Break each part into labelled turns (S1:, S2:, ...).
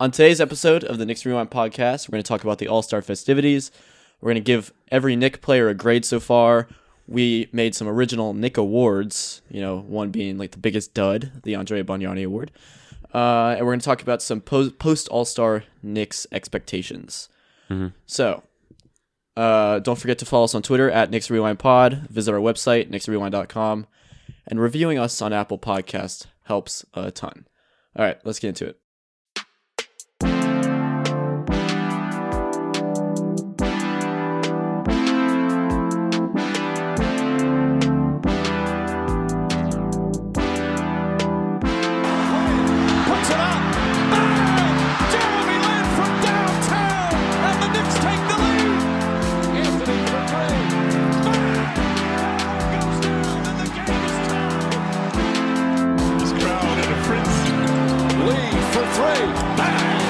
S1: On today's episode of the Knicks Rewind podcast, we're going to talk about the All Star festivities. We're going to give every Nick player a grade so far. We made some original Nick awards, you know, one being like the biggest dud, the Andre Bagnani Award. Uh, and we're going to talk about some post All Star Knicks expectations. So, uh, don't forget to follow us on Twitter at Knicks Rewind Pod. Visit our website, knicksrewind.com. And reviewing us on Apple Podcast helps a ton. All right, let's get into it.
S2: puts it up. Bang! Jeremy Lin from downtown, and the Knicks take the lead. Anthony for three. Bang! Goes down, and the game is tied.
S3: This crowd in a frenzy.
S2: Lee for three. Bang!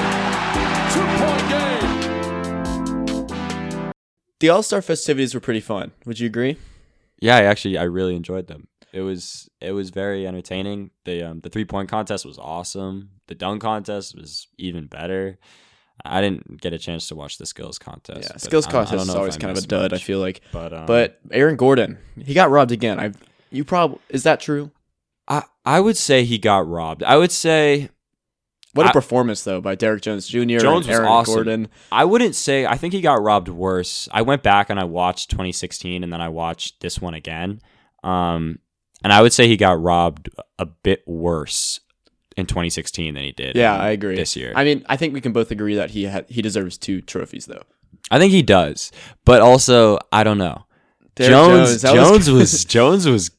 S2: Two-point game.
S1: The All Star festivities were pretty fun. Would you agree?
S4: Yeah, I actually I really enjoyed them. It was it was very entertaining. The um the three point contest was awesome. The dunk contest was even better. I didn't get a chance to watch the skills contest.
S1: Yeah,
S4: but
S1: skills
S4: I don't- I don't
S1: contest is
S4: know if
S1: always
S4: I
S1: kind of a
S4: missed
S1: dud. I
S4: much.
S1: feel like,
S4: But um,
S1: but Aaron Gordon, he got robbed again. I, you probably is that true?
S4: I I would say he got robbed. I would say
S1: What a
S4: I-
S1: performance though by Derek Jones Jr. and
S4: Jones was
S1: Aaron
S4: awesome.
S1: Gordon.
S4: I wouldn't say I think he got robbed worse. I went back and I watched 2016 and then I watched this one again. Um and I would say he got robbed a bit worse in 2016 than he did.
S1: Yeah,
S4: in
S1: I agree.
S4: This year.
S1: I mean, I think we can both agree that he had he deserves two trophies though.
S4: I think he does, but also I don't know.
S1: Derrick
S4: Jones
S1: that
S4: Jones was Jones was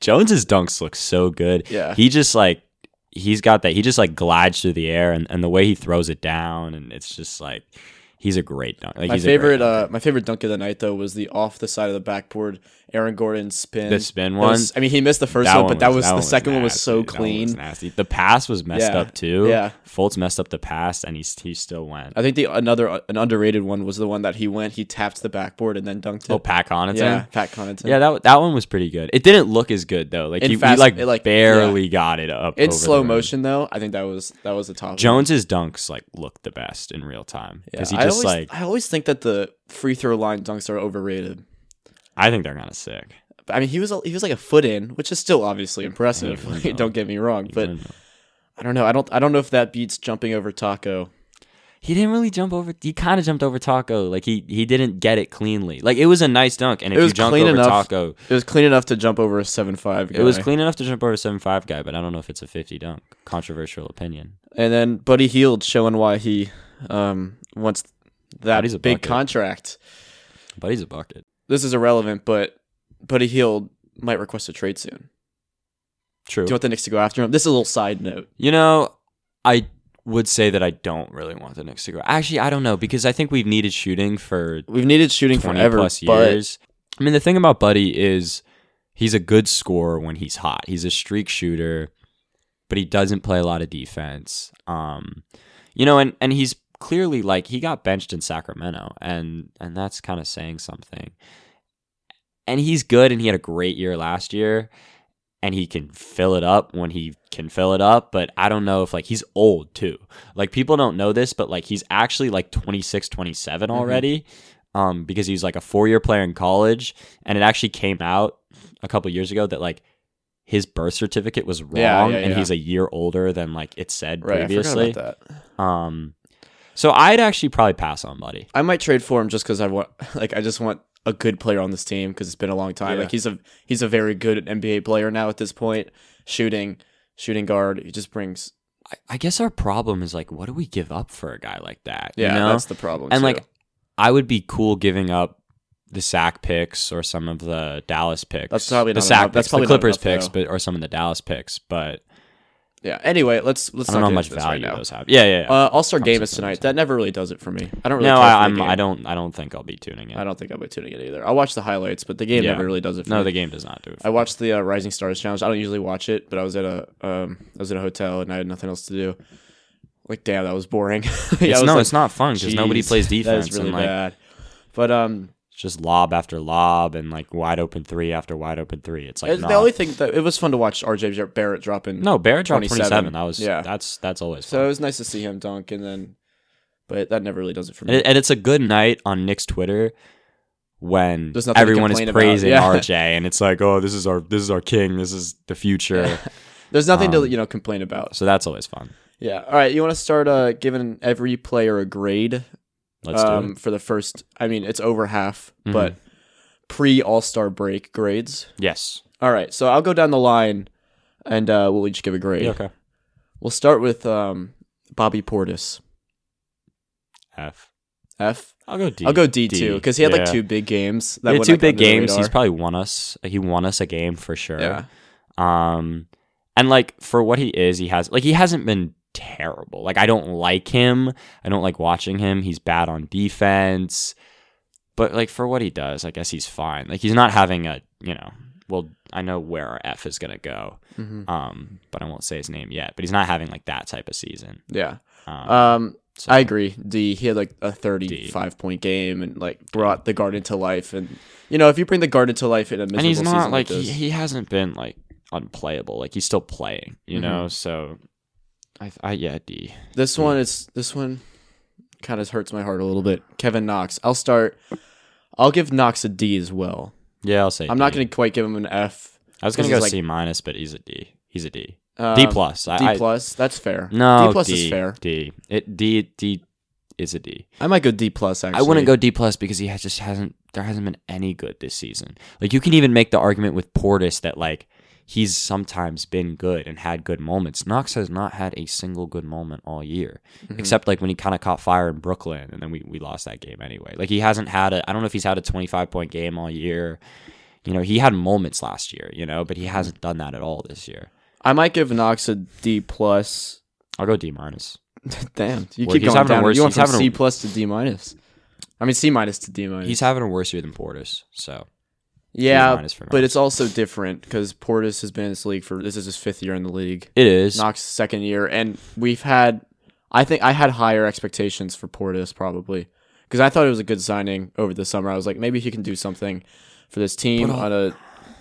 S4: Jones's dunks look so good.
S1: Yeah.
S4: he just like he's got that. He just like glides through the air, and, and the way he throws it down, and it's just like he's a great dunk. Like,
S1: my
S4: he's a great
S1: favorite.
S4: dunker.
S1: Uh, my favorite dunk of the night though was the off the side of the backboard Aaron Gordon spin.
S4: The spin
S1: That was-
S4: one?
S1: I mean, he missed the uh, first
S4: That
S1: one,
S4: one
S1: but that was, the
S4: one
S1: second one was
S4: nasty.
S1: so
S4: That one was
S1: clean.
S4: nasty. The pass was messed
S1: Yeah.
S4: up too.
S1: Yeah.
S4: Fultz messed up the pass, and he he still went.
S1: I think the another uh, an underrated one was the one that he went. He tapped the backboard and then dunked it.
S4: Oh, Pat Connaughton.
S1: yeah, Pat Connaughton.
S4: Yeah, that that one was pretty good. It didn't look as good though. Like
S1: In
S4: he, he,
S1: fast-
S4: like,
S1: it, like,
S4: barely got it up
S1: in
S4: over the
S1: slow
S4: rim.
S1: motion though. I think that was that was the top. one.
S4: Jones's dunks like look the best in real time
S1: Yeah,
S4: because
S1: I
S4: he
S1: always,
S4: just like
S1: I always think that the free throw line dunks are overrated.
S4: I think they're kind of sick.
S1: But, I mean, he was a, he was like a foot in, which is still obviously impressive.
S4: Yeah, I
S1: Like,
S4: know.
S1: don't get me wrong, but
S4: Even-
S1: I don't know. I don't I don't know if that beats jumping over Taco.
S4: he didn't really jump over. He kind of jumped over Taco. Like he he didn't get it cleanly. Like it was a nice dunk, and if
S1: It was
S4: you jump
S1: clean
S4: over
S1: enough.
S4: Taco,
S1: It was clean enough to jump over a seven five.
S4: it was clean enough to jump over a seven five guy. But I don't know if it's a fifty dunk. Controversial opinion.
S1: And then Buddy Heald showing why he um wants that
S4: Buddy's a
S1: big
S4: bucket.
S1: contract.
S4: But he's a bucket.
S1: This is irrelevant, but Buddy Heald might request a trade soon.
S4: True.
S1: Do you want the Knicks to go after him? This is a little side note.
S4: You know, I would say that I don't really want the Knicks to go. Actually, I don't know because I think we've needed shooting for
S1: We've needed shooting
S4: 20
S1: forever,
S4: plus
S1: but
S4: years. I mean, the thing about Buddy is he's a good scorer when he's hot. He's a streak shooter, but he doesn't play a lot of defense. Um, you know, and and he's clearly like he got benched in Sacramento, and and that's kind of saying something. And he's good, and he had a great year last year, and he can fill it up when he can fill it up. But I don't know if like he's old too. Like people don't know this, but like he's actually like 26, 27
S1: Mm-hmm.
S4: already um, because he's like a four year player in college. And it actually came out a couple years ago that like his birth certificate was wrong
S1: Yeah, yeah,
S4: and
S1: yeah.
S4: he's a year older than like it said
S1: right, I
S4: previously.
S1: forgot about that.
S4: Um, so I'd actually probably pass on Buddy.
S1: I might trade for him just because I want, like, I just want a good player on this team because it's been a long time.
S4: Yeah.
S1: Like he's a he's a very good NBA player now at this point. Shooting, shooting guard, he just brings.
S4: I, I guess our problem is like, what do we give up for a guy like that?
S1: Yeah,
S4: you know?
S1: that's the problem.
S4: and
S1: too.
S4: like, I would be cool giving up the sack picks or some of the Dallas picks.
S1: That's probably
S4: the
S1: not
S4: sack.
S1: enough- that's
S4: picks,
S1: probably
S4: the
S1: not
S4: Clippers
S1: enough,
S4: picks,
S1: though.
S4: but or some of the Dallas picks. But
S1: yeah. Anyway, let's let's
S4: I don't know
S1: not get
S4: how much
S1: into this right
S4: value
S1: now.
S4: those have. Yeah, yeah. yeah.
S1: Uh, All Star game
S4: so
S1: is
S4: sorry,
S1: tonight.
S4: sorry.
S1: That never really does it for me. I don't really.
S4: no,
S1: care for
S4: I,
S1: the
S4: I'm.
S1: game.
S4: I don't. I don't think I'll be tuning in.
S1: I don't think I'll be tuning in either. I watch the highlights, but the game
S4: Yeah.
S1: never really does it. For
S4: no,
S1: me.
S4: the game does not do it.
S1: I watched the uh, Rising Stars challenge. I don't usually watch it, but I was at a um, I was at a hotel and I had nothing else to do. Like, damn, that was boring. Yeah, I
S4: it's,
S1: was
S4: no,
S1: like,
S4: it's not fun because nobody
S1: "Jeez,
S4: plays
S1: that is
S4: defense.
S1: really
S4: and like,
S1: bad. But um,
S4: just lob after lob and like wide open three after wide open three. It's like
S1: It's
S4: nah.
S1: the only thing that it was fun to watch RJ Barrett dropping.
S4: no Barrett dropped
S1: 27.
S4: twenty seven. That was
S1: Yeah.
S4: yeah. That's that's always
S1: So it
S4: fun.
S1: was nice to see him dunk, and then, but that never really does it for me.
S4: and, it- and it's a good night on Nick's Twitter when
S1: There's nothing to
S4: everyone is
S1: complain about,
S4: praising
S1: yeah.
S4: RJ and it's like oh this is our this is our king this is the future.
S1: There's nothing to
S4: um,
S1: you know complain about.
S4: So that's always fun.
S1: Yeah. All right. You want to start uh, giving every player a grade
S4: Let's do
S1: um,
S4: it.
S1: for the first. I mean, it's over half,
S4: Mhm.
S1: but pre All Star break grades.
S4: Yes.
S1: All right. So I'll go down the line, and uh, we'll each give a grade.
S4: Yeah, okay.
S1: We'll start with um, Bobby Portis.
S4: F.
S1: F.
S4: I'll go D.
S1: will go D two because he had
S4: Yeah.
S1: like two big games.
S4: Yeah,
S1: went,
S4: two
S1: like,
S4: big
S1: under the
S4: games. He's
S1: radar.
S4: probably won us. He won us a game for sure.
S1: yeah.
S4: Um, and like for what he is, he has like he hasn't been terrible. Like I don't like him. I don't like watching him. He's bad on defense. But like for what he does, I guess he's fine. Like he's not having a you know. Well, I know where our F is gonna go.
S1: Mhm.
S4: Um, but I won't say his name yet. But he's not having like that type of season.
S1: Yeah.
S4: Um,
S1: Um,
S4: so-
S1: I agree. D. He had like a thirty-five point game and like brought the Garden to life. And you know, if you bring the Garden to life in a miserable
S4: and he's
S1: season
S4: not like
S1: like,
S4: he,
S1: this,
S4: he hasn't been like unplayable. Like he's still playing, you know. So, I, I yeah D.
S1: this one is this one kind of hurts my heart a little bit. Kevin Knox. I'll start. I'll give Knox a D as well.
S4: Yeah, I'll say.
S1: I'm not
S4: D.
S1: going to quite give him an F.
S4: I was
S1: 'cause
S4: gonna
S1: he's
S4: go
S1: like-
S4: C minus, but he's a D. He's a D.
S1: Um,
S4: D plus. I,
S1: D
S4: I-
S1: plus. That's fair.
S4: no,
S1: D plus
S4: D,
S1: is fair.
S4: D. It D D is a D.
S1: I might go D plus. Actually,
S4: I wouldn't go D plus because he has, just hasn't. There hasn't been any good this season. Like you can even make the argument with Portis that like he's sometimes been good and had good moments. Knox has not had a single good moment all year, except like when he kind of caught fire in Brooklyn, and then we we lost that game anyway. Like he hasn't had a. I don't know if he's had a twenty five point game all year. You know, he had moments last year. You know, but he hasn't done that at all this year.
S1: I might give Knox a D plus.
S4: I'll go D minus.
S1: Damn, you
S4: Well,
S1: keep
S4: he's
S1: going
S4: having a
S1: down.
S4: worse-
S1: you went
S4: he's
S1: from
S4: having
S1: C
S4: a-
S1: plus to D minus. I mean C minus to D minus.
S4: He's having a worse year than Portis, so
S1: Yeah,
S4: minus for
S1: but
S4: Knox.
S1: it's also different because Portis has been in this league for this is his fifth year in the league.
S4: it is.
S1: Knox second year, and we've had, I think I had higher expectations for Portis probably because I thought it was a good signing over the summer. I was like, maybe he can do something for this team
S4: But uh, all-
S1: on a,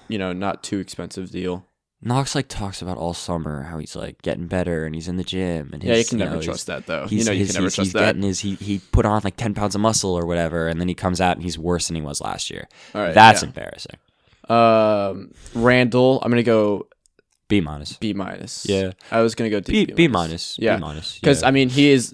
S1: you know, not too expensive deal.
S4: Knox like talks about all summer how he's like getting better and he's in the gym and his,
S1: Yeah, you can
S4: you
S1: never
S4: know,
S1: trust
S4: his-
S1: that though. You
S4: he's-
S1: know, you
S4: his-
S1: can never
S4: he's-
S1: trust
S4: he's
S1: that.
S4: Getting his, he he put on like ten pounds of muscle or whatever, and then he comes out and he's worse than he was last year.
S1: All right,
S4: That's
S1: yeah.
S4: embarrassing.
S1: Um, Randall, I'm gonna go
S4: B minus.
S1: B minus.
S4: Yeah.
S1: I was gonna go D,
S4: B B minus.
S1: Yeah,
S4: B minus.
S1: because
S4: yeah.
S1: I mean he is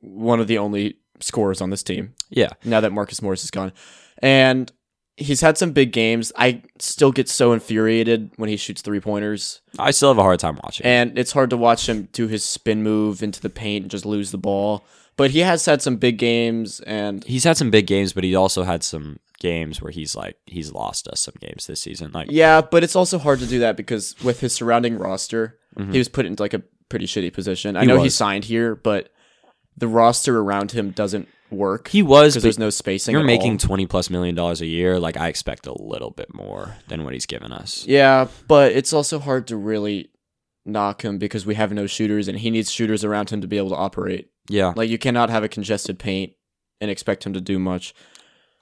S1: one of the only scorers on this team.
S4: yeah.
S1: now that Marcus Morris is gone. And he's had some big games. I still get so infuriated when he shoots three pointers.
S4: I still have a hard time watching.
S1: And it's hard to watch him do his spin move into the paint and just lose the ball. But he has had some big games and
S4: he's had some big games, but he also had some games where he's like he's lost us some games this season. Like
S1: yeah, but it's also hard to do that because with his surrounding roster, he was put into like a pretty shitty position. I
S4: Mm-hmm. He
S1: know he
S4: was.
S1: signed here, but the roster around him doesn't work.
S4: he was,
S1: because
S4: but
S1: there's no spacing.
S4: You're
S1: at
S4: making
S1: all.
S4: twenty plus million dollars a year. Like I expect a little bit more than what he's given us.
S1: Yeah, but it's also hard to really knock him because we have no shooters and he needs shooters around him to be able to operate.
S4: Yeah,
S1: Like you cannot have a congested paint and expect him to do much.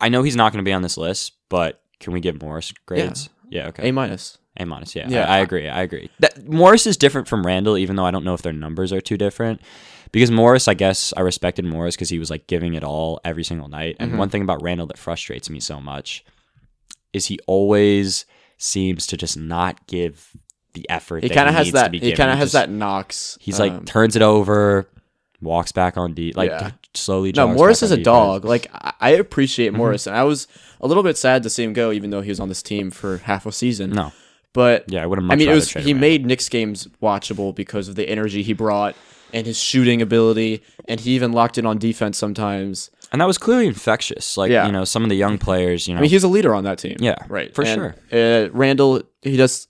S4: I know he's not going to be on this list, but can we give Morris grades? Yeah, okay,
S1: A minus.
S4: A minus. Yeah,
S1: Yeah.
S4: I, I agree. I agree. That, Morris is different from Randall, even though I don't know if their numbers are too different. Because Morris, I guess I respected Morris because he was like giving it all every single night. And
S1: Mm-hmm.
S4: one thing about Randall that frustrates me so much is he always seems to just not give the effort.
S1: He
S4: that
S1: kind of has
S4: needs to
S1: that.
S4: be
S1: He
S4: given.
S1: kind of has
S4: just-
S1: that knocks.
S4: He's like
S1: um,
S4: turns it over, walks back on D, like
S1: Yeah.
S4: slowly.
S1: no.
S4: jogs
S1: Morris
S4: back
S1: is
S4: on
S1: a
S4: defense. Mm-hmm.
S1: dog. Like I I appreciate Morris, and I was a little bit sad to see him go, even though he was on this team for half a season.
S4: No,
S1: but
S4: yeah, I would have.
S1: I mean, it was,
S4: trade
S1: he
S4: Randall.
S1: made Knicks games watchable because of the energy he brought and his shooting ability, and he even locked in on defense sometimes.
S4: and that was clearly infectious. Like
S1: Yeah.
S4: you know, some of the young players, you know,
S1: I mean, he's a leader on that team.
S4: Oh. Yeah,
S1: right,
S4: for
S1: And, Uh, Randall, he does.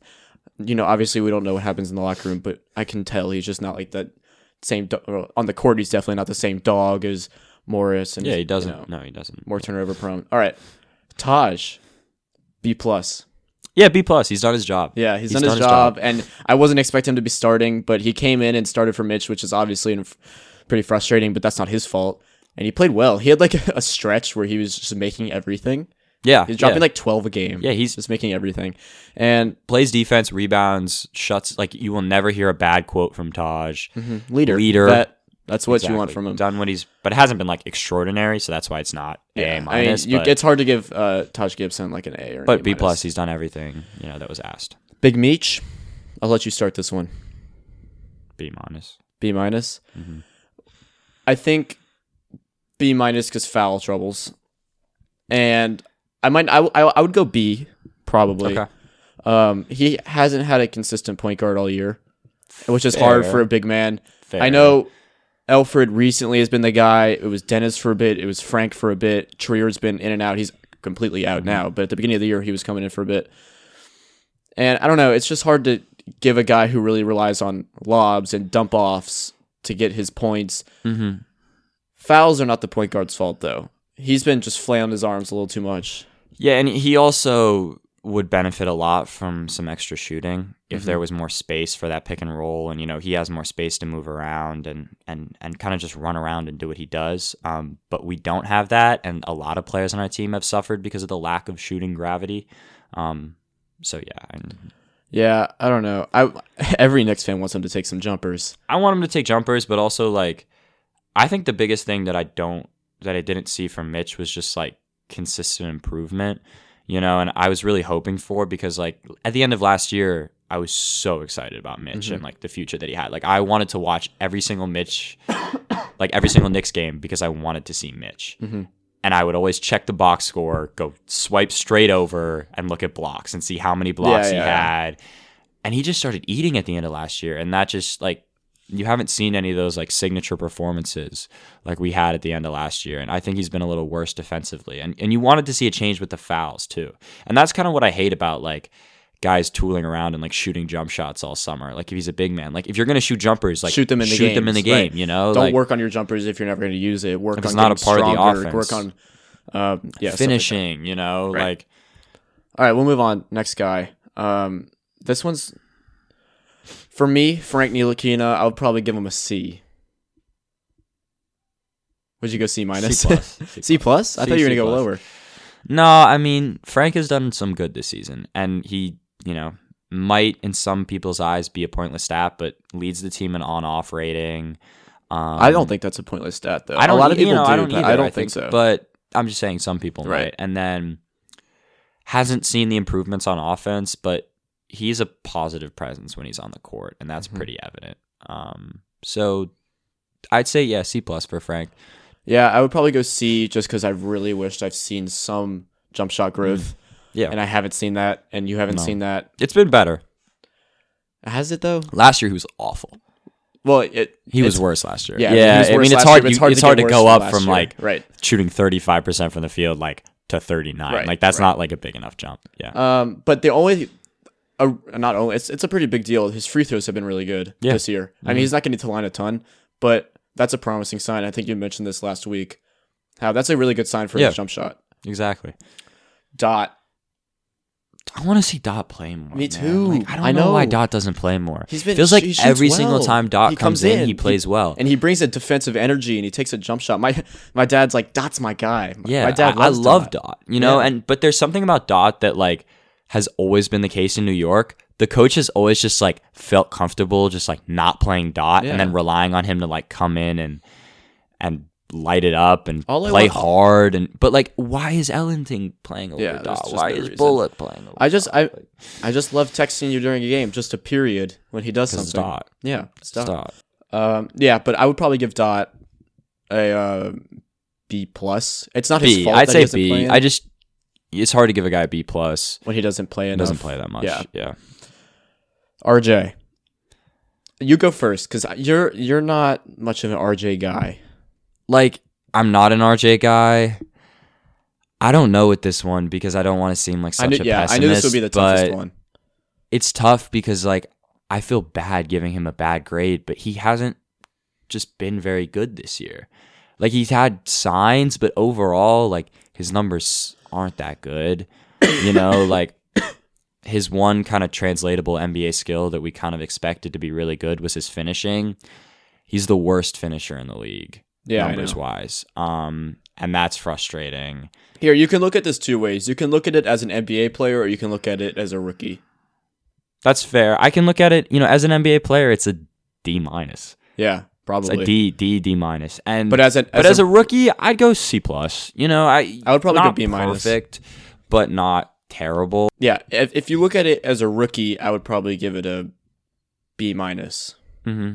S1: You know, obviously, we don't know what happens in the locker room, but I can tell he's just not like that same do- well, on the court. He's definitely not the same dog as Morris. And
S4: yeah, he doesn't.
S1: you know,
S4: no, he doesn't.
S1: more turnover prone. All right, Taj, B plus.
S4: Yeah, B plus. He's done his job.
S1: Yeah, he's, done, his, job, and I wasn't expecting him to be starting, but he came in and started for Mitch, which is obviously inf- pretty frustrating, but that's not his fault. And he played well. He had like a, stretch where he was just making everything,
S4: Yeah,
S1: He's dropping
S4: yeah.
S1: like 12 a game.
S4: Yeah, he's-
S1: just making everything. And
S4: plays defense, rebounds, shuts. Like you will never hear a bad quote from Taj.
S1: leader.
S4: Leader.
S1: That, that's Mm-hmm. what you want
S4: Exactly.
S1: from him.
S4: Done what he's, but it hasn't been like extraordinary, so that's why it's not
S1: Yeah.
S4: a
S1: I mean,
S4: minus.
S1: you,
S4: but,
S1: it's hard to give uh, Taj Gibson like an A or an
S4: but
S1: A
S4: B
S1: minus.
S4: plus, he's done everything you know that was asked.
S1: Big Meech, I'll let you start this one.
S4: B minus.
S1: B minus.
S4: Mm-hmm.
S1: I think B minus because foul troubles, and I might I, I, I would go B probably.
S4: Okay.
S1: Um, he hasn't had a consistent point guard all year, which is hard
S4: Fair.
S1: for a big man.
S4: Fair.
S1: I know Alfred recently has been the guy. It was Dennis for a bit. It was Frank for a bit. Trier's been in and out. He's completely out now. But at the beginning of the year, he was coming in for a bit. And I don't know. It's just hard to give a guy who really relies on lobs and dump offs to get his points.
S4: Mhm.
S1: Fouls are not the point guard's fault though. He's been just flailing his arms a little too much.
S4: Yeah, and he also would benefit a lot from some extra shooting if there was more space for that pick and roll and you know he has more space to move around and and and kind of just run around and do what he does um, but we don't have that and a lot of players on our team have suffered because of the lack of shooting gravity um, so yeah and
S1: Yeah, I don't know. I every Knicks fan wants him to take some jumpers.
S4: I want him to take jumpers but also like I think the biggest thing that I don't that I didn't see from Mitch was just like consistent improvement, you know, and I was really hoping for because like at the end of last year, I was so excited about Mitch
S1: Mm-hmm.
S4: and like the future that he had. Like I wanted to watch every single Mitch like every single Knicks game because I wanted to see Mitch.
S1: Mm-hmm.
S4: And I would always check the box score, go swipe straight over and look at blocks and see how many blocks
S1: Yeah,
S4: he
S1: yeah, yeah.
S4: had. And he just started eating at the end of last year. And that just like, you haven't seen any of those like signature performances like we had at the end of last year. And I think he's been a little worse defensively. And, and you wanted to see a change with the fouls too. And that's kind of what I hate about like, Guys tooling around and like shooting jump shots all summer. Like if he's a big man, like if you're gonna shoot jumpers, like
S1: shoot them in the game.
S4: shoot them in the game. You know,
S1: don't
S4: Like,
S1: work on your jumpers if you're never going to use it. Work
S4: If
S1: on
S4: it's not a
S1: getting
S4: part of the
S1: stronger,
S4: offense.
S1: Work on um, yeah, stuff like that.
S4: finishing, you know,
S1: Right.
S4: like
S1: All right, we'll move on. Next guy. Um, this one's for me, Frank Ntilikina. I would probably give him a C. Would you go C minus?
S4: C plus.
S1: C plus? I
S4: C,
S1: thought you were
S4: C
S1: gonna go
S4: plus.
S1: lower.
S4: No, I mean Frank has done some good this season, and he, you know, might in some people's eyes be a pointless stat, but leads the team in on-off rating. Um,
S1: I don't think that's a pointless stat though.
S4: I don't.
S1: a lot of
S4: e- you
S1: people
S4: know,
S1: do,
S4: I don't
S1: but
S4: either,
S1: I don't
S4: I
S1: think, so.
S4: But I'm just saying some people
S1: Right.
S4: might, and then hasn't seen the improvements on offense, but he's a positive presence when he's on the court, and
S1: Mm-hmm.
S4: that's pretty evident. Um, so I'd say yeah, C plus for Frank.
S1: yeah, I would probably go C just because I really wished I've seen some jump shot growth.
S4: Mm. Yeah,
S1: And I haven't seen that, and you haven't
S4: No.
S1: seen that.
S4: it's been better.
S1: Has it though?
S4: Last year he was awful.
S1: Well, it
S4: He was
S1: it's-
S4: worse last year.
S1: Yeah,
S4: yeah.
S1: he's
S4: I
S1: worse last
S4: mean, it's
S1: year,
S4: hard.
S1: but it's
S4: you- it's
S1: hard
S4: hard,
S1: to get
S4: to
S1: worse
S4: go
S1: than
S4: up
S1: last
S4: from
S1: year.
S4: like
S1: Right.
S4: shooting thirty five percent from the field, like to thirty nine.
S1: Right,
S4: like that's
S1: right.
S4: not like a big enough jump. Yeah.
S1: Um, but the only, uh, not only it's it's a pretty big deal. His free throws have been really good
S4: Yeah. Mm-hmm.
S1: this year. I mean, he's not getting to the line a ton, but that's a promising sign. I think you mentioned this last week. How that's a really good sign for
S4: Yeah.
S1: his jump shot.
S4: exactly.
S1: Dot.
S4: I want to see Dot play more.
S1: Me
S4: man.
S1: too.
S4: Like, I don't
S1: I
S4: know. why
S1: know.
S4: Dot doesn't play more.
S1: He's been
S4: feels like
S1: he shoots
S4: every
S1: well.
S4: single time Dot
S1: He
S4: comes in, he plays well.
S1: and he brings a defensive energy and he takes a jump shot. My my dad's like, Dot's my guy. My,
S4: yeah,
S1: my dad.
S4: I, I
S1: loves
S4: love Dot. You know,
S1: Yeah.
S4: and but there's something about Dot that like has always been the case in New York. The coach has always just like felt comfortable just like not playing Dot
S1: Yeah.
S4: and then relying on him to like come in and and light it up and
S1: All I
S4: play
S1: want-
S4: hard and but like why is Ellington playing over
S1: Yeah, there's
S4: Dot?
S1: just
S4: Why
S1: no
S4: is
S1: reason.
S4: Bullet playing over
S1: I just I I just love texting you during a game. Just a period when he does
S4: 'Cause it's
S1: something.
S4: Dot.
S1: Yeah, it's Dot.
S4: Dot?
S1: Um, yeah, but I would probably give Dot a uh, B plus. It's not his
S4: B.
S1: fault. that
S4: I'd
S1: he
S4: say
S1: doesn't Play
S4: B.
S1: in-
S4: I just it's hard to give a guy a B plus.
S1: when he doesn't play
S4: It
S1: enough.
S4: doesn't play that much.
S1: Yeah.
S4: yeah.
S1: RJ, you go first because you're you're not much of an RJ guy.
S4: like I'm not an RJ guy. I don't know with this one because I don't want to seem like such
S1: I knew,
S4: a
S1: yeah,
S4: pessimist.
S1: I knew this would be the toughest
S4: but
S1: one.
S4: It's tough because like I feel bad giving him a bad grade, but he hasn't just been very good this year. Like he's had signs, but overall, like his numbers aren't that good. You know, like his one kind of translatable NBA skill that we kind of expected to be really good was his finishing. He's the worst finisher in the league
S1: Yeah, I
S4: numbers
S1: know.
S4: wise. Um, and that's frustrating.
S1: Here, you can look at this two ways. You can look at it as an NBA player, or you can look at it as a rookie.
S4: That's fair. I can look at it, you know, as an NBA player, it's a D minus.
S1: Yeah,
S4: It's
S1: probably.
S4: a D D D minus. And
S1: But as an
S4: but as a rookie, I'd go C plus. You know, I
S1: I would probably go
S4: not
S1: B minus.
S4: Perfect, but not terrible.
S1: yeah, if, if you look at it as a rookie, I would probably give it a B minus,
S4: hmm
S1: Mm-hmm.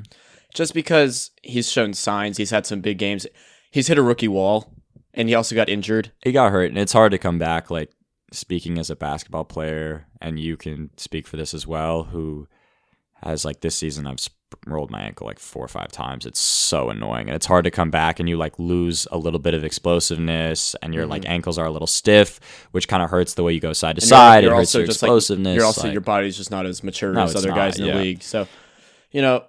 S1: just because he's shown signs. He's had some big games. He's hit a rookie wall, and he also got injured.
S4: He got hurt, and it's hard to come back. Like speaking as a basketball player, and you can speak for this as well. Who has like this season? I've rolled my ankle like four or five times. It's so annoying, and it's hard to come back. And you like lose a little bit of explosiveness, and your like ankles are a little stiff, which kind of hurts the way you go side to
S1: Mm-hmm. And
S4: side. it hurts your
S1: like-
S4: explosiveness.
S1: you're also
S4: like-
S1: your body's just not as mature
S4: No,
S1: as
S4: it's
S1: other
S4: not,
S1: guys in the
S4: yeah.
S1: league. So, you know,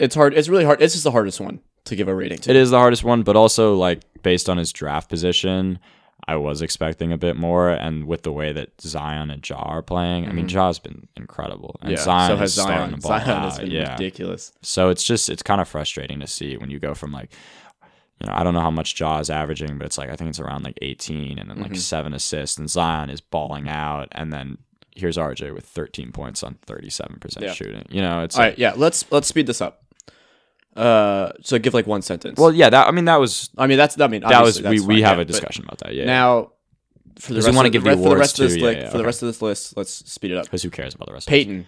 S1: it's hard. It's really hard. This is the hardest one to give a rating to.
S4: It is the hardest one, but also like based on his draft position, I was expecting a bit more. And with the way that Zion and Ja are playing, I mean,
S1: Mm-hmm.
S4: Ja's been incredible, and Zion is starting to ball
S1: Zion
S4: out.
S1: has been
S4: yeah,
S1: ridiculous.
S4: so it's just it's kind of frustrating to see when you go from like. You know, I don't know how much Ja is averaging, but it's like I think it's around like 18 and then
S1: Mm-hmm.
S4: like seven assists, and Zion is balling out, and then here's RJ with 13 points on 37
S1: Yeah.
S4: percent shooting. You know, it's
S1: All
S4: like,
S1: right, yeah. Let's let's speed this up. Uh, so give like one sentence.
S4: well, yeah, that I mean that was
S1: I mean that's I mean
S4: that
S1: obviously
S4: was
S1: that's
S4: we, we
S1: fine,
S4: have
S1: yeah,
S4: a
S1: but
S4: discussion about that. Yeah,
S1: now. For the,
S4: Because we
S1: rest
S4: wanna
S1: of,
S4: give
S1: the,
S4: the
S1: for the rest of
S4: awards
S1: this
S4: too, yeah,
S1: like,
S4: yeah,
S1: for the
S4: okay.
S1: rest of this list, let's speed it up.
S4: Because who cares about the rest? of
S1: Peyton,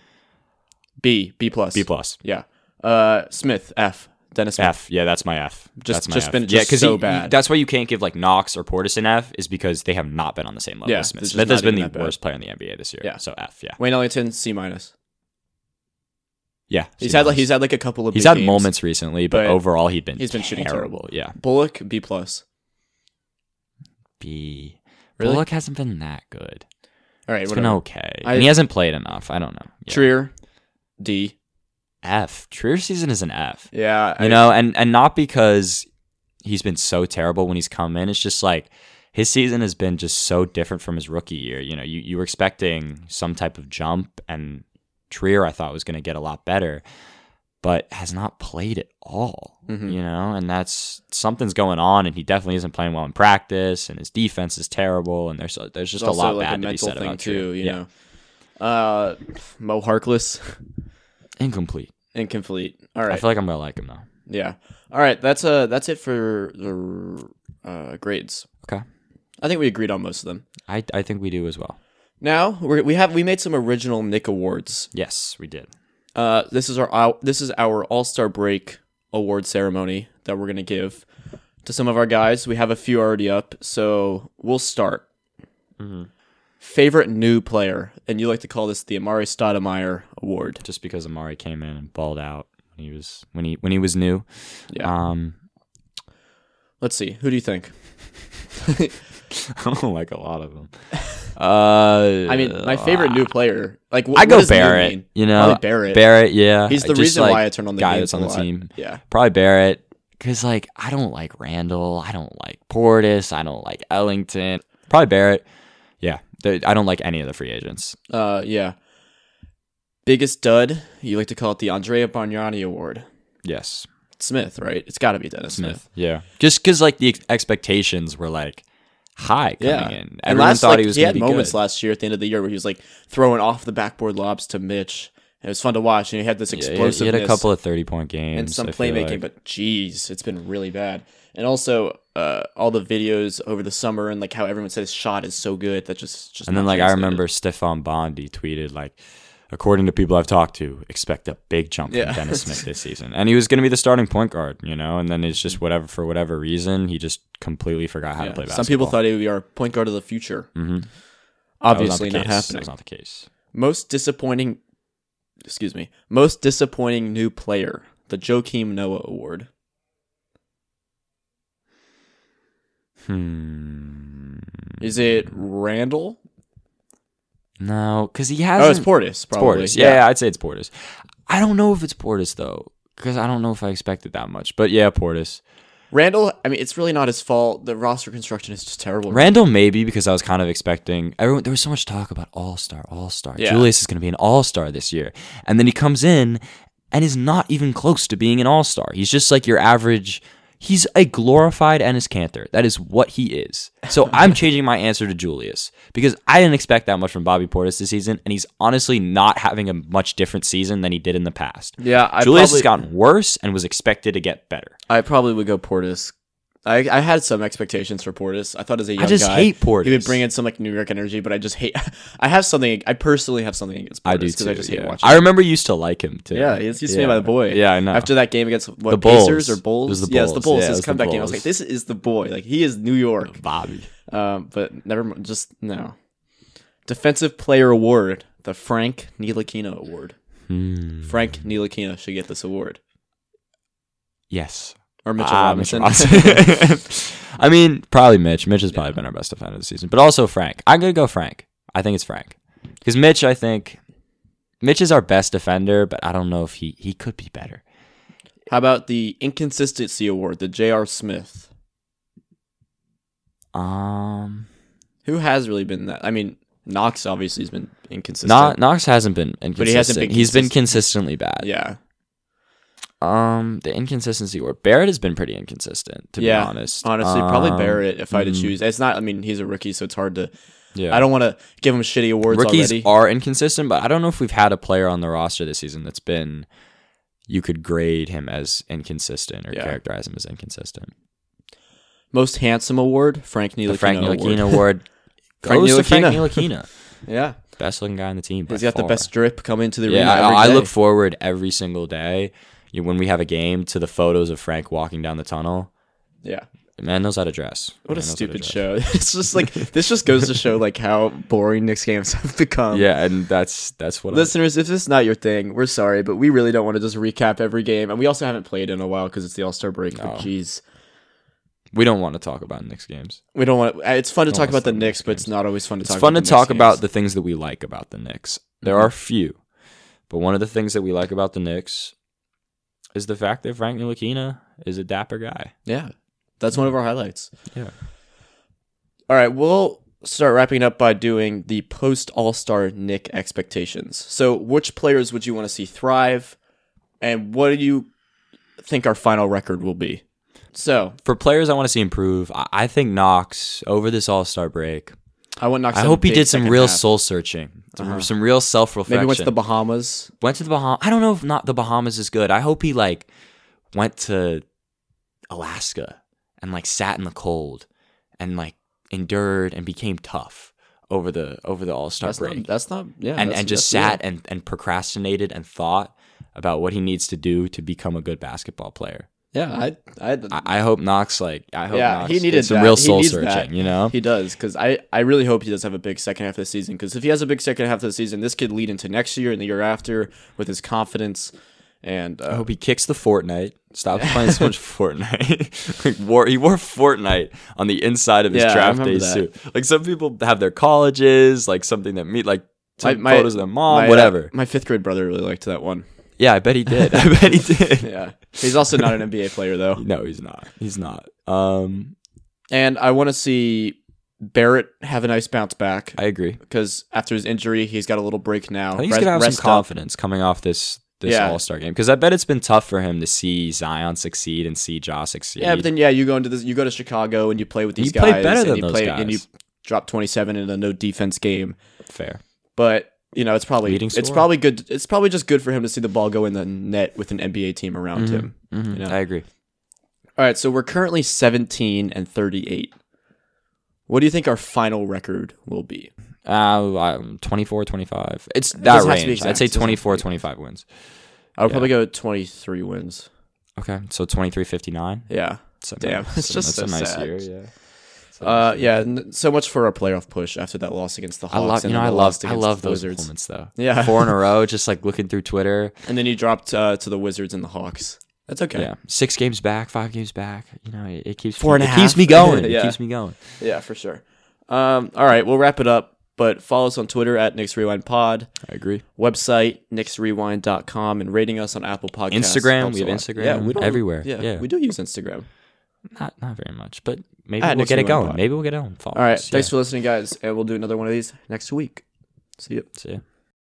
S1: B, B plus,
S4: B plus.
S1: yeah. Uh, Smith, F, Dennis Smith.
S4: F. Yeah, that's my F.
S1: Just-
S4: that's my
S1: just
S4: F.
S1: been-
S4: yeah,
S1: just
S4: 'cause
S1: so
S4: he- he-
S1: bad.
S4: that's why you can't give like Knox or Portis an F is because they have not been on the same level
S1: Yeah,
S4: as Smith.
S1: they're just
S4: Smith has
S1: not
S4: been
S1: even
S4: the
S1: that bad.
S4: worst player in the NBA this year.
S1: Yeah.
S4: So F. Yeah.
S1: Wayne Ellington, C minus.
S4: Yeah.
S1: He's
S4: C
S1: had like
S4: minus.
S1: he's had like a couple of
S4: he's
S1: big
S4: had
S1: games.
S4: moments recently,
S1: but
S4: but, overall he'd been
S1: he's been shooting terrible.
S4: Yeah.
S1: Bullock B plus.
S4: B.
S1: Really?
S4: Bullock hasn't been that good.
S1: All right,
S4: It's
S1: whatever.
S4: been okay.
S1: I-
S4: and he hasn't played enough. I don't know. Yeah.
S1: Trier D.
S4: F. Trier season is an F.
S1: Yeah,
S4: you know and and not because he's been so terrible when he's come in it's just like his season has been just so different from his rookie year you know you, you were expecting some type of jump and trier i thought was going to get a lot better but has not played at all
S1: Mhm.
S4: you know and that's something's going on and he definitely isn't playing well in practice and his defense is terrible and there's there's just a lot bad to be said about
S1: too,
S4: Trier.
S1: you
S4: Yeah.
S1: know. Uh, Mo Harkless,
S4: incomplete
S1: incomplete. All
S4: i
S1: right,
S4: feel like i'm gonna like him though
S1: yeah. All right, that's uh that's it for the uh, grades.
S4: okay
S1: I think we agreed on most of them.
S4: i i think we do as well
S1: Now we're, we have we made some original Nick awards.
S4: yes we did
S1: Uh, this is our ou- this is our All Star Break award ceremony that we're gonna give to some of our guys. We have a few already up, so we'll start.
S4: Mm-hmm.
S1: Favorite new player, and you like to call this the Amari Stoudemire Award.
S4: just because Amari came in and balled out when he was when he when he was new.
S1: Yeah.
S4: Um,
S1: Let's see, who do you think?
S4: I don't like a lot of them. Uh,
S1: I mean, my favorite new player, like wh-
S4: I
S1: what
S4: go
S1: does new
S4: Barrett.
S1: mean?
S4: You know,
S1: Probably Barrett.
S4: Barrett, yeah.
S1: He's the
S4: Just,
S1: reason
S4: like,
S1: why I turned on the
S4: guy
S1: games
S4: that's
S1: a
S4: on the
S1: lot.
S4: team.
S1: Yeah,
S4: Probably Barrett, because like I don't like Randall, I don't like Portis, I don't like Ellington. Probably Barrett. Yeah, The- I don't like any of the free agents.
S1: uh, yeah. Biggest dud, you like to call it the Andrea Bargnani Award.
S4: Yes,
S1: Smith, right? It's got to be Dennis Smith.
S4: Smith. Yeah, just because like the ex- expectations were like high coming
S1: Yeah.
S4: in.
S1: And
S4: Everyone
S1: last,
S4: thought
S1: like,
S4: he was.
S1: he
S4: gonna
S1: had
S4: be
S1: moments
S4: good.
S1: last year at the end of the year where he was like throwing off the backboard lobs to Mitch. It was fun to watch, and he had this
S4: Yeah, he had-
S1: explosiveness
S4: He had a couple of thirty-point games
S1: and some
S4: I feel
S1: playmaking.
S4: like.
S1: But geez, it's been really bad. And also, uh, all the videos over the summer and like how everyone says shot is so good that just just.
S4: and then
S1: not
S4: like I
S1: translated.
S4: remember Stefan Bondi tweeted like, according to people I've talked to, expect a big jump
S1: Yeah.
S4: from Dennis Smith this season, and he was going to be the starting point guard, you know. And then it's just whatever for whatever reason he just completely forgot how
S1: Yeah.
S4: to play basketball.
S1: some people thought he would be our point guard of the future.
S4: Mhm. That was
S1: Obviously,
S4: not,
S1: not,
S4: the case. That
S1: happening.
S4: was not the case.
S1: Most disappointing. Excuse me. Most disappointing new player, the Joakim Noah Award.
S4: Hmm.
S1: Is it Randall?
S4: No, because he
S1: Oh, it's
S4: hasn't.
S1: Portis.
S4: It's
S1: Probably.
S4: Portis. Yeah, yeah, I'd say it's Portis. I don't know if it's Portis though, because I don't know if I expected that much. But yeah, Portis.
S1: Randall, I mean, it's really not his fault. The roster construction is just terrible.
S4: Randall maybe because I was kind of expecting everyone. There was so much talk about All Star, All Star.
S1: Yeah.
S4: Julius is going to be an All Star this year, and then he comes in and is not even close to being an All Star. He's just like your average He's a glorified Ennis Cantor. That is what he is. So I'm changing my answer to Julius because I didn't expect that much from Bobby Portis this season, and he's honestly not having a much different season than he did in the past.
S1: Yeah, I
S4: Julius
S1: probably,
S4: has gotten worse and was expected to get better.
S1: I probably would go Portis. I, I had some expectations for Portis. I thought as a young
S4: just
S1: guy,
S4: hate
S1: He would
S4: Portis.
S1: bring in some like New York energy, but I just hate. I have something. I personally have something against Portis
S4: I do
S1: because
S4: too.
S1: I just hate
S4: yeah.
S1: watching.
S4: I remember you used to like him too.
S1: Yeah, he's used to
S4: Yeah.
S1: me by the boy.
S4: Yeah, I know.
S1: After that game against what
S4: The
S1: Pacers
S4: Bulls.
S1: or Bulls?
S4: It was the
S1: Yeah, it's the
S4: Bulls.
S1: Bulls.
S4: Yeah, it
S1: his
S4: was the
S1: comeback game. I was
S4: Bulls.
S1: like, this is the boy. Like he is New York.
S4: Bobby.
S1: Um, but never. m- Just no. Defensive Player Award, the Frank Ntilikina Award. Frank Ntilikina should get this award,
S4: Yes.
S1: or Mitchell
S4: Ah,
S1: Robinson.
S4: Robinson. I mean, probably Mitch. Mitch has probably been our best defender this season, but also Frank. I'm gonna go Frank. I think it's Frank because Mitch. I think Mitch is our best defender, but I don't know if he he could be better.
S1: How about the Inconsistency Award, the J.R. Smith?
S4: Um,
S1: Who has really been that? I mean, Knox obviously has been inconsistent.
S4: not Knox hasn't been inconsistent.
S1: he hasn't been
S4: He's been consistently bad.
S1: yeah.
S4: Um, the inconsistency or Barrett has been pretty inconsistent. To
S1: yeah,
S4: be honest,
S1: honestly, probably
S4: Um,
S1: Barrett. If I had to
S4: mm,
S1: choose, it's not. I mean, he's a rookie, so it's hard to.
S4: Yeah.
S1: I don't want to give him shitty awards
S4: Rookies
S1: already.
S4: are inconsistent, but I don't know if we've had a player on the roster this season that's been you could grade him as inconsistent or
S1: Yeah.
S4: characterize him as inconsistent.
S1: Most handsome award, Frank
S4: The
S1: Ntilikina.
S4: Frank
S1: award.
S4: Ntilikina award
S1: Frank
S4: goes to Frank
S1: Ntilikina.
S4: Ntilikina,
S1: Yeah,
S4: best looking guy on the team. by
S1: he's got the
S4: far.
S1: best drip coming to the arena.
S4: Yeah,
S1: every
S4: I, I
S1: day.
S4: look forward every single day you know, when we have a game to the photos of Frank walking down the tunnel.
S1: yeah.
S4: The Man knows how to dress. The
S1: What a
S4: man knows how to
S1: stupid
S4: dress.
S1: show. It's just like this just goes to show like how boring Knicks games have become.
S4: Yeah, and that's that's what. I,
S1: Listeners, if this is not your thing, we're sorry, but we really don't want to just recap every game, and we also haven't played in a while because it's the All Star break.
S4: No.
S1: But jeez,
S4: we don't want to talk about Knicks games.
S1: we don't want. To, it's fun to
S4: Don't
S1: talk
S4: wanna
S1: about the
S4: start
S1: Knicks,
S4: Knicks
S1: but it's not always fun to
S4: It's
S1: talk.
S4: fun
S1: about
S4: to
S1: the
S4: talk
S1: Knicks
S4: about
S1: games. Mm-hmm.
S4: the things that we like about the Knicks. There are few, but one of the things that we like about the Knicks is the fact that Frank Ntilikina is a dapper guy.
S1: Yeah. That's one of our highlights.
S4: Yeah.
S1: All right, we'll start wrapping up by doing the post All Star Nick expectations. So, which players would you want to see thrive, and what do you think our final record will be? So,
S4: For players I want to see improve, I, I think Knox over this All Star break.
S1: I want Knox.
S4: I
S1: to have
S4: hope
S1: a
S4: he
S1: big
S4: did some
S1: second
S4: real
S1: half. Uh-huh.
S4: soul searching, some, some real self reflection.
S1: Maybe went to the Bahamas.
S4: went to the Bahamas. I don't know if not the Bahamas is good. I hope he like went to Alaska and like sat in the cold and like endured and became tough over the over the All Star
S1: That's
S4: break
S1: not. That's not. Yeah.
S4: and
S1: that's-
S4: and just
S1: that's real.
S4: sat and and procrastinated and thought about what he needs to do to become a good basketball player.
S1: Yeah. I. I.
S4: I, I hope Knox like I hope
S1: yeah.
S4: Knox
S1: He needed
S4: did some
S1: that.
S4: real
S1: He
S4: soul
S1: needs
S4: searching.
S1: that.
S4: You know,
S1: He does because I. I really hope he does have a big second half of the season because if he has a big second half of the season, this could lead into next year and the year after with his confidence. And
S4: I
S1: uh,
S4: hope he kicks the Fortnite. Stops playing so much Fortnite. like wore, he wore Fortnite on the inside of his
S1: Yeah, I
S4: draft
S1: remember
S4: day
S1: that.
S4: suit. Like some people have their colleges, like something that meet, like
S1: My-
S4: took
S1: my-
S4: photos of their mom,
S1: my, uh,
S4: Oh, whatever.
S1: my fifth grade brother really liked that one.
S4: yeah, I bet he did. I bet he did.
S1: Yeah, he's also not an NBA player though.
S4: No, he's not. He's not. Um,
S1: And I want to see Barrett have a nice bounce back
S4: I agree.
S1: because after his injury, he's got a little break now.
S4: I think he's
S1: Rest-
S4: gonna have some
S1: rest up.
S4: confidence coming off this this
S1: Yeah.
S4: All Star game because I bet it's been tough for him to see Zion succeed and see Ja succeed.
S1: Yeah, but then yeah, you go into this, you go to Chicago and you play with
S4: You
S1: these guys,
S4: played better
S1: and
S4: than
S1: you
S4: those
S1: play and you
S4: guys.
S1: drop twenty seven in a no defense game.
S4: fair.
S1: But you know, it's probably
S4: Leading
S1: it's
S4: scorer.
S1: probably good. It's probably just good for him to see the ball go in the net with an NBA team around him.
S4: Mhm,
S1: know.
S4: I agree.
S1: All right, so we're currently 17 and 38. What do you think our final record will be?
S4: Uh, I'm 24, 25. It's that
S1: doesn't have to be
S4: range.
S1: exact.
S4: I'd say
S1: It doesn't have to be
S4: 24, 25 wins.
S1: I would probably go 23 wins.
S4: Okay, so 2359.
S1: Yeah.
S4: It's a
S1: Damn,
S4: nice-
S1: it's just
S4: that's
S1: so
S4: a nice
S1: sad.
S4: year, yeah. It's a
S1: Uh,
S4: nice year.
S1: yeah, n- so much for our playoff push after that loss against the Hawks.
S4: I love you
S1: and
S4: know
S1: then
S4: I
S1: the
S4: love
S1: loss
S4: I
S1: against
S4: love
S1: the
S4: those performance though.
S1: Yeah.
S4: four in a row, just like looking through Twitter.
S1: And then you dropped uh, to the Wizards and the Hawks. That's okay.
S4: Yeah, six games back, five games back. You know, it, it keeps
S1: Four and
S4: me,
S1: a
S4: it keeps
S1: half.
S4: me going.
S1: Yeah.
S4: It keeps me going.
S1: Yeah, for sure. Um, all right, we'll wrap it up. But follow us on Twitter at Nick's Rewind Pod,
S4: I agree.
S1: website nicksrewind.com, and rating us on Apple Podcasts.
S4: Instagram,
S1: helps
S4: we
S1: a
S4: have
S1: lot.
S4: Instagram
S1: yeah, we don't,
S4: everywhere.
S1: Yeah,
S4: Yeah.
S1: we do use Instagram.
S4: Not not very much, but maybe
S1: Ah,
S4: we'll
S1: next
S4: get
S1: we
S4: it
S1: win
S4: going.
S1: pod.
S4: Maybe we'll get it on. Follow
S1: All right,
S4: us.
S1: thanks
S4: Yeah.
S1: for listening, guys, and we'll do another one of these next week. See you.
S4: See ya.